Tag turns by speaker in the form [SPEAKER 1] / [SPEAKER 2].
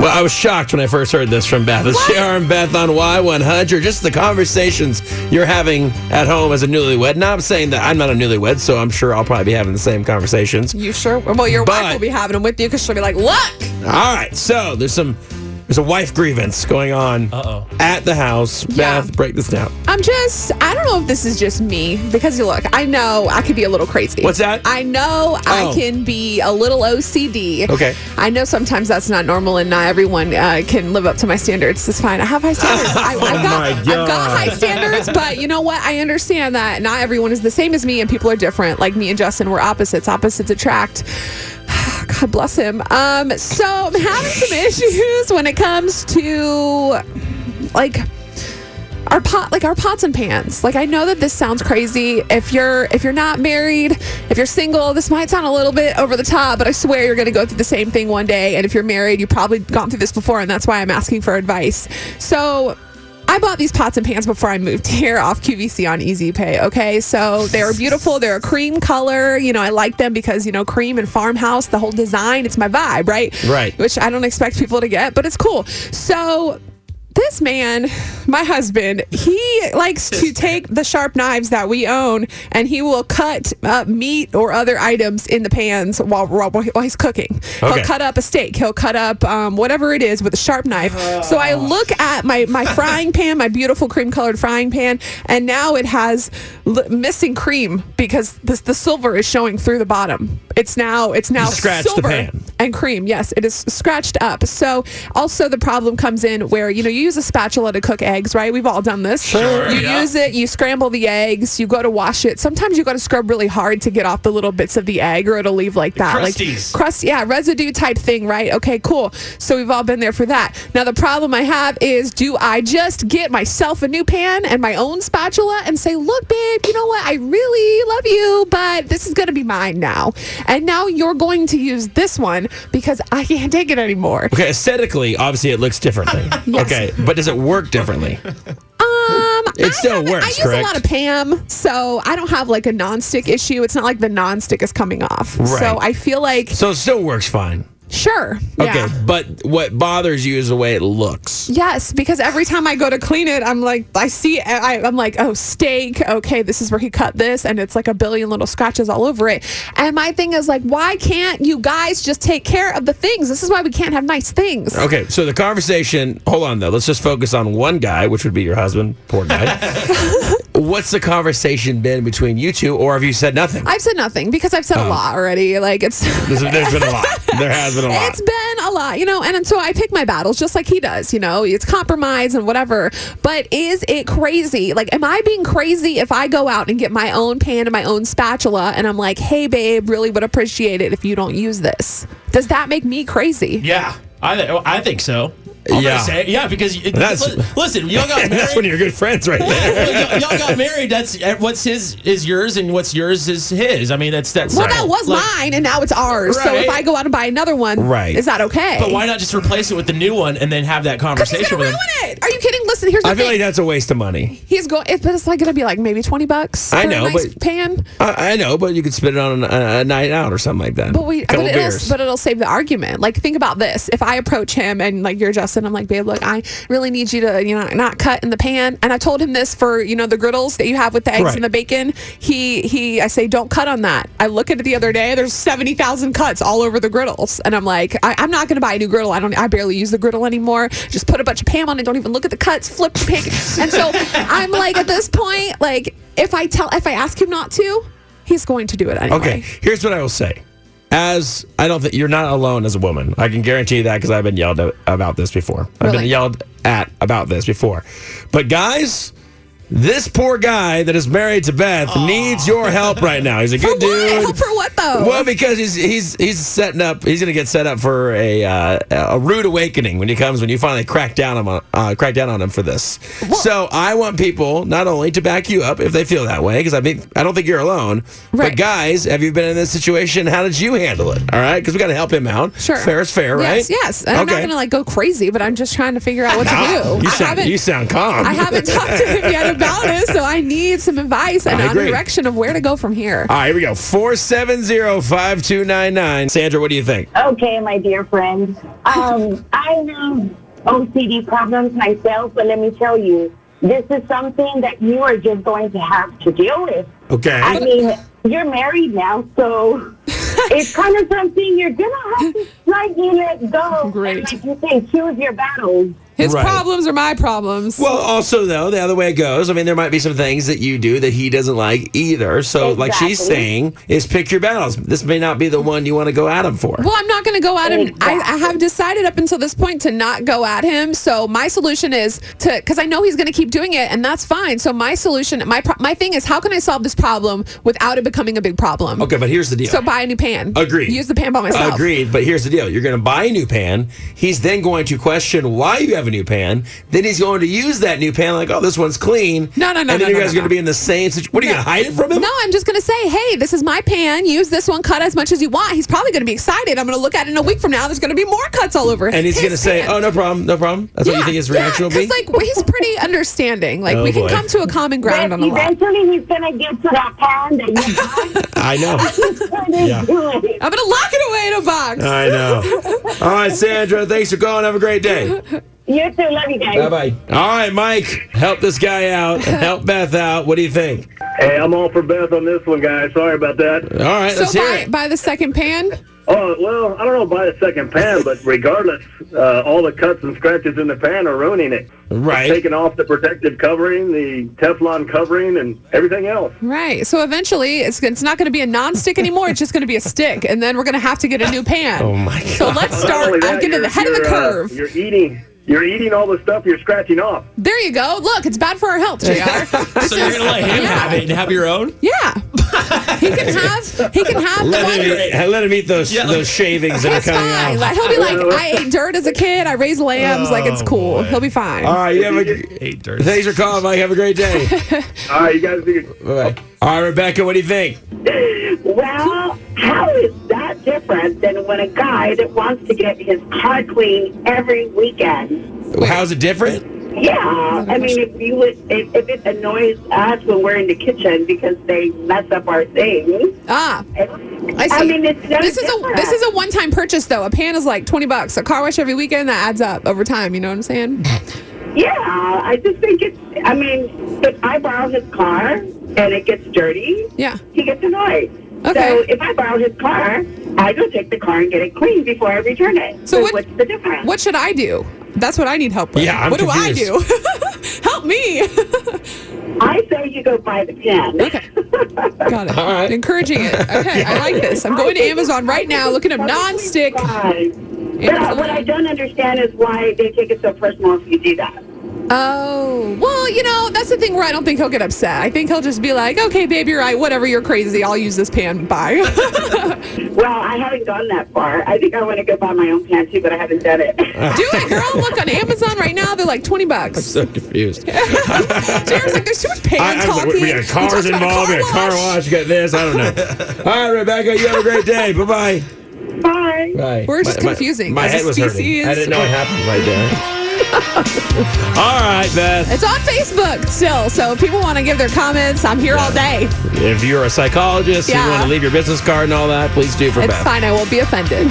[SPEAKER 1] Well, I was shocked when I first heard this from Beth. It's JR and Beth on Y100. Just the conversations you're having at home as a newlywed. Now, I'm saying that I'm not a newlywed, so I'm sure I'll probably be having the same conversations.
[SPEAKER 2] You sure? Well, your
[SPEAKER 1] But-
[SPEAKER 2] wife will be having them with you because she'll be like, look.
[SPEAKER 1] All right, so there's some there's a wife grievance going on
[SPEAKER 3] Uh-oh.
[SPEAKER 1] at the house.
[SPEAKER 2] Yeah.
[SPEAKER 1] Beth, break this down.
[SPEAKER 2] I'm just, I don't know if this is just me because you look, I know I could be a little crazy.
[SPEAKER 1] What's that?
[SPEAKER 2] I know
[SPEAKER 1] Oh.
[SPEAKER 2] I can be a little OCD.
[SPEAKER 1] Okay.
[SPEAKER 2] I know sometimes that's not normal and not everyone uh, can live up to my standards. It's fine. I have high standards. I,
[SPEAKER 1] Oh
[SPEAKER 2] I've, got,
[SPEAKER 3] my
[SPEAKER 2] I've got
[SPEAKER 3] God.
[SPEAKER 2] high standards, but you know what? I understand that not everyone is the same as me and people are different. Like me and Justin, we're opposites. Opposites attract. God bless him. Um, so I'm having some issues when it comes to like our pot like our pots and pans like i know that this sounds crazy if you're if you're not married if you're single this might sound a little bit over the top but i swear you're going to go through the same thing one day and if you're married you've probably gone through this before and that's why i'm asking for advice so I bought these pots and pans before I moved here off QVC on Easy Pay. Okay, so they were beautiful. They're a cream color. You know, I like them because you know cream and farmhouse, the whole design. It's my vibe, right?
[SPEAKER 1] Right.
[SPEAKER 2] Which I don't expect people to get, but it's cool. So this man, my husband, he likes to take the sharp knives that we own and he will cut up meat or other items in the pans while while, while he's cooking.
[SPEAKER 1] Okay.
[SPEAKER 2] He'll cut up a steak. He'll cut up um, whatever it is with a sharp knife. So I
[SPEAKER 1] Oh.
[SPEAKER 2] look at my my frying pan, my beautiful cream colored frying pan, and now it has l- missing cream because this, the silver is showing through the bottom. It's now it's now
[SPEAKER 1] scratched the
[SPEAKER 2] silver
[SPEAKER 1] pan.
[SPEAKER 2] and cream. Yes, it is scratched up. So also the problem comes in where you know you use a spatula to cook eggs, right? We've all done this.
[SPEAKER 3] Sure,
[SPEAKER 2] You
[SPEAKER 3] yeah.
[SPEAKER 2] use it, you scramble the eggs, you go to wash it. Sometimes you got to scrub really hard to get off the little bits of the egg, or it'll leave like that,
[SPEAKER 3] crusties.
[SPEAKER 2] like crust, yeah, residue type thing, right? Okay, cool. So we've all been there for that. Now the problem I have is, do I just get myself a new pan and my own spatula and say, look, babe, you know what? I really love you, but this is gonna be mine now, and now you're going to use this one because I can't take it anymore.
[SPEAKER 1] Okay, aesthetically, obviously it looks differently.
[SPEAKER 2] Yes.
[SPEAKER 1] Okay, but does it work differently?
[SPEAKER 2] Um,
[SPEAKER 1] It
[SPEAKER 2] I
[SPEAKER 1] still
[SPEAKER 2] haven't-
[SPEAKER 1] works,
[SPEAKER 2] I use
[SPEAKER 1] correct?
[SPEAKER 2] a lot of Pam, so I don't have like a nonstick issue. It's not like the nonstick is coming off.
[SPEAKER 1] Right.
[SPEAKER 2] So I feel like
[SPEAKER 1] So it still works fine.
[SPEAKER 2] sure,
[SPEAKER 1] Okay,
[SPEAKER 2] yeah.
[SPEAKER 1] but what bothers you is the way it looks.
[SPEAKER 2] Yes, because every time I go to clean it, I'm like, I see, I, I'm like, oh, steak. Okay, this is where he cut this, and it's like a billion little scratches all over it. And my thing is like, why can't you guys just take care of the things? This is why we can't have nice things.
[SPEAKER 1] Okay, so the conversation, hold on though. Let's just focus on one guy, which would be your husband, poor guy. What's the conversation been between you two, or have you said nothing?
[SPEAKER 2] I've said nothing because I've
[SPEAKER 1] Oh.
[SPEAKER 2] said a lot already. Like it's
[SPEAKER 1] There's, there's been a lot. There has been a lot.
[SPEAKER 2] It's been a lot, you know, and, and so I pick my battles just like he does, you know, it's compromise and whatever. But is it crazy? Like, am I being crazy if I go out and get my own pan and my own spatula and I'm like, hey, babe, really would appreciate it if you don't use this? Does that make me crazy?
[SPEAKER 3] Yeah, I th- I think so. I'm
[SPEAKER 1] Yeah.
[SPEAKER 3] gonna say it. yeah, because it,
[SPEAKER 1] That's-
[SPEAKER 3] li- listen, y'all got married.
[SPEAKER 1] That's when you're good friends right there.
[SPEAKER 3] Well, y'all, y'all got married. That's uh, what's his is yours, and what's yours is his. I mean, that's that's.
[SPEAKER 2] Well, that was mine and now it's ours. So
[SPEAKER 3] Right.
[SPEAKER 2] if I go out and buy another one,
[SPEAKER 1] Right.
[SPEAKER 2] is that okay?
[SPEAKER 3] But why not just replace it with the new one and then have that
[SPEAKER 2] Because he's
[SPEAKER 3] conversation
[SPEAKER 2] gonna
[SPEAKER 3] with
[SPEAKER 2] ruin
[SPEAKER 3] him?
[SPEAKER 2] it. Are you kidding? Listen, here's the
[SPEAKER 1] I feel
[SPEAKER 2] thing.
[SPEAKER 1] like that's a waste of money.
[SPEAKER 2] he's going, it, but it's like gonna be like maybe twenty bucks.
[SPEAKER 1] I
[SPEAKER 2] for a
[SPEAKER 1] know,
[SPEAKER 2] nice
[SPEAKER 1] but-
[SPEAKER 2] pan.
[SPEAKER 1] I, I know, but you could spend it on a, a night out or something like that.
[SPEAKER 2] But we, but
[SPEAKER 1] Couple
[SPEAKER 2] it'll,
[SPEAKER 1] beers.
[SPEAKER 2] but it'll save the argument. Like, think about this: if I approach him and like you're Justin, I'm like, babe, look, I really need you to, you know, not cut in the pan. And I told him this for you know the griddles that you have with the eggs
[SPEAKER 1] Right.
[SPEAKER 2] and the bacon. He, he, I say, don't cut on that. I look at it the other day. There's seventy thousand cuts all over the griddles, and I'm like, I, I'm not gonna buy a new griddle. I don't, I barely use the griddle anymore. Just put a bunch of Pam on it. Don't even look at the cuts. Flip the pick. and so I'm like, at this point, like, if I tell, if I ask him not to, he's going to do it anyway.
[SPEAKER 1] Okay, here's what I will say. As I don't think you're not alone as a woman. I can guarantee you that because I've been yelled at about this before. I've been
[SPEAKER 2] Really?
[SPEAKER 1] yelled at about this before. But guys, this poor guy that is married to Beth needs your help right now. He's a good
[SPEAKER 2] What? Hope
[SPEAKER 1] dude.
[SPEAKER 2] for what though?
[SPEAKER 1] Well, because he's he's he's setting up. He's gonna get set up for a uh, a rude awakening when he comes when you finally crack down on uh, crack down on him for this. so I want people not only to back you up if they feel that way because I mean I don't think you're alone. But
[SPEAKER 2] Right.
[SPEAKER 1] guys, have you been in this situation? How did you handle it? All right, because we got to help him out.
[SPEAKER 2] Sure.
[SPEAKER 1] fair is fair, right?
[SPEAKER 2] Yes, yes. And I'm not going to like go crazy, but I'm just trying to figure out what to
[SPEAKER 1] Ah,
[SPEAKER 2] do.
[SPEAKER 1] you
[SPEAKER 2] I
[SPEAKER 1] sound
[SPEAKER 2] haven't,
[SPEAKER 1] you sound calm.
[SPEAKER 2] I haven't talked to him yet about it, so I need some advice and
[SPEAKER 1] I
[SPEAKER 2] on a
[SPEAKER 1] agree.
[SPEAKER 2] direction of where to go from here.
[SPEAKER 1] All right, here we go. 470-5299. Sandra, what do you think?
[SPEAKER 4] Okay, my dear friend. Um, I have OCD problems myself, but let me tell you, this is something that you are just going to have to deal with.
[SPEAKER 1] Okay.
[SPEAKER 4] I mean, you're married now, so it's kind of something you're gonna have to slightly let go.
[SPEAKER 2] Great.
[SPEAKER 4] And like you say, choose your battles.
[SPEAKER 2] His
[SPEAKER 1] Right.
[SPEAKER 2] problems are my problems.
[SPEAKER 1] Well, also though, the other way it goes, I mean, there might be some things that you do that he doesn't like either. So, like she's
[SPEAKER 4] Exactly.
[SPEAKER 1] saying, is pick your battles. This may not be the one you want to go at him for.
[SPEAKER 2] Well, I'm not going to go at him.
[SPEAKER 1] Oh,
[SPEAKER 2] I, I have decided up until this point to not go at him. So my solution is to because I know he's going to keep doing it, and that's fine. So my solution, my pro- my thing is, how can I solve this problem without it becoming a big problem?
[SPEAKER 1] Okay, but here's the deal.
[SPEAKER 2] So buy a new pan.
[SPEAKER 1] Agreed.
[SPEAKER 2] Use the pan by myself.
[SPEAKER 1] Agreed, but here's the deal. You're going to buy a new pan. He's then going to question why you have a new pan. Then he's going to use that new pan like, oh, this one's clean.
[SPEAKER 2] No, no, no,
[SPEAKER 1] And then
[SPEAKER 2] no,
[SPEAKER 1] you
[SPEAKER 2] no,
[SPEAKER 1] guys are
[SPEAKER 2] no,
[SPEAKER 1] going to
[SPEAKER 2] no.
[SPEAKER 1] be in the same situation. What, are you going to hide it from him?
[SPEAKER 2] No, I'm just gonna say, hey, this is my pan. Use this one, cut as much as you want. He's probably gonna be excited. I'm gonna look at it in a week from now. There's gonna be more cuts all over.
[SPEAKER 1] And he's going to say, oh, no problem, no problem. That's what you think his reaction will be?
[SPEAKER 2] Because like he's pretty understanding. Like
[SPEAKER 1] Oh,
[SPEAKER 2] we can
[SPEAKER 1] boy.
[SPEAKER 2] come to a common ground
[SPEAKER 4] But
[SPEAKER 2] on a lot.
[SPEAKER 4] eventually, he's gonna get to that pan that you bought.
[SPEAKER 1] I know.
[SPEAKER 4] He's gonna
[SPEAKER 1] Yeah.
[SPEAKER 4] do it.
[SPEAKER 2] I'm gonna lock it away in a box.
[SPEAKER 1] I know. All right, Sandra, thanks for calling. Have a great day.
[SPEAKER 4] You too. Love you guys.
[SPEAKER 1] bye. All right, Mike, help this guy out. Help Beth out. What do you think?
[SPEAKER 5] Hey, I'm all for Beth on this one, guys. Sorry about that.
[SPEAKER 1] All right,
[SPEAKER 2] so
[SPEAKER 1] let's hear
[SPEAKER 2] buy,
[SPEAKER 1] it.
[SPEAKER 2] buy the second pan.
[SPEAKER 5] Oh, well, I don't know about a second pan, but regardless, uh, all the cuts and scratches in the pan are ruining it.
[SPEAKER 1] Right.
[SPEAKER 5] Taking off the protective covering, the Teflon covering, and everything else.
[SPEAKER 2] Right. So eventually, it's it's not going to be a non-stick anymore. It's just going to be a stick, and then we're going to have to get a new pan.
[SPEAKER 1] Oh, my
[SPEAKER 2] So let's
[SPEAKER 5] Not
[SPEAKER 2] start.
[SPEAKER 5] only that,
[SPEAKER 2] I'll get to the
[SPEAKER 5] you're-
[SPEAKER 2] head of the
[SPEAKER 5] you're, uh,
[SPEAKER 2] curve.
[SPEAKER 5] you're eating. You're eating all the stuff you're scratching off.
[SPEAKER 2] there you go. Look, it's bad for our health, Jr. This
[SPEAKER 3] So you're gonna
[SPEAKER 2] is-
[SPEAKER 3] let him have it and have your own?
[SPEAKER 2] Yeah. He can have. He can have the
[SPEAKER 1] Let
[SPEAKER 2] one.
[SPEAKER 1] him, eat, let him eat those
[SPEAKER 3] Yeah.
[SPEAKER 1] those shavings that are
[SPEAKER 2] It's
[SPEAKER 1] coming
[SPEAKER 2] fine.
[SPEAKER 1] out.
[SPEAKER 2] Like, he'll be like, I ate dirt as a kid. I raised lambs. like it's
[SPEAKER 3] Oh,
[SPEAKER 2] cool.
[SPEAKER 3] boy.
[SPEAKER 2] He'll be fine.
[SPEAKER 1] All right, you have a,
[SPEAKER 3] Hey, dirt.
[SPEAKER 1] thanks for calling, Mike. Have a great day.
[SPEAKER 5] All right, you guys. Do
[SPEAKER 1] Bye. All right, Rebecca, what do you think?
[SPEAKER 4] Well, how is that different than when a guy that wants to get his car clean every weekend?
[SPEAKER 1] How's it different?
[SPEAKER 2] Oh
[SPEAKER 4] Yeah, I mean, if you would, if, if it annoys us when we're in the kitchen because they mess up our things,
[SPEAKER 2] Ah,
[SPEAKER 4] it's,
[SPEAKER 2] I see.
[SPEAKER 4] mean, it's no
[SPEAKER 2] this is a
[SPEAKER 4] different.
[SPEAKER 2] this is a one time purchase though. A pan is like twenty bucks. A car wash every weekend that adds up over time. You know what I'm saying?
[SPEAKER 4] yeah. I just think it's. I mean, if I borrow his car and it gets dirty,
[SPEAKER 2] Yeah.
[SPEAKER 4] he gets annoyed.
[SPEAKER 2] Okay.
[SPEAKER 4] So if I borrow his car, I go take the car and get it clean before I return it.
[SPEAKER 2] So what-
[SPEAKER 4] what's the difference?
[SPEAKER 2] What should I do? That's what I need help with.
[SPEAKER 1] Yeah, I'm
[SPEAKER 2] what do
[SPEAKER 1] confused.
[SPEAKER 2] I do? help me.
[SPEAKER 4] I say you go buy the pen.
[SPEAKER 2] okay. Got it.
[SPEAKER 1] All right.
[SPEAKER 2] Encouraging it. Okay, I like this. I'm going to Amazon right now looking up non-stick.
[SPEAKER 4] Right.
[SPEAKER 2] Amazon.
[SPEAKER 4] But what I don't understand is why they take it so personal if you do that.
[SPEAKER 2] Oh, well, you know, that's the thing where I don't think he'll get upset. I think he'll just be like, okay, babe, you're right. Whatever, you're crazy. I'll use this pan. Bye.
[SPEAKER 4] Well, I haven't gone that far. I think I want to go buy my own pan too, but I haven't done it.
[SPEAKER 2] do it, girl. Look on Amazon right now. They're like 20 bucks.
[SPEAKER 1] So confused.
[SPEAKER 2] Jared's like, there's too much pan
[SPEAKER 1] I, I was like,
[SPEAKER 2] talking.
[SPEAKER 1] we got
[SPEAKER 2] We
[SPEAKER 1] cars
[SPEAKER 2] talked about a
[SPEAKER 1] involved.
[SPEAKER 2] car
[SPEAKER 1] we got car wash. You got this. I don't know. All right, Rebecca, you have a great day. Bye bye.
[SPEAKER 4] Bye.
[SPEAKER 1] Bye.
[SPEAKER 2] We're just confusing
[SPEAKER 1] My,
[SPEAKER 2] as a
[SPEAKER 1] head was
[SPEAKER 2] species.
[SPEAKER 1] hurting. I didn't know what happened right there. All right, Beth.
[SPEAKER 2] It's on Facebook still, so if people want to give their comments, I'm here all day.
[SPEAKER 1] If you're a psychologist, and you
[SPEAKER 2] Yeah.
[SPEAKER 1] want to leave your business card and all that, please do for
[SPEAKER 2] It's
[SPEAKER 1] Beth.
[SPEAKER 2] fine. I won't be offended.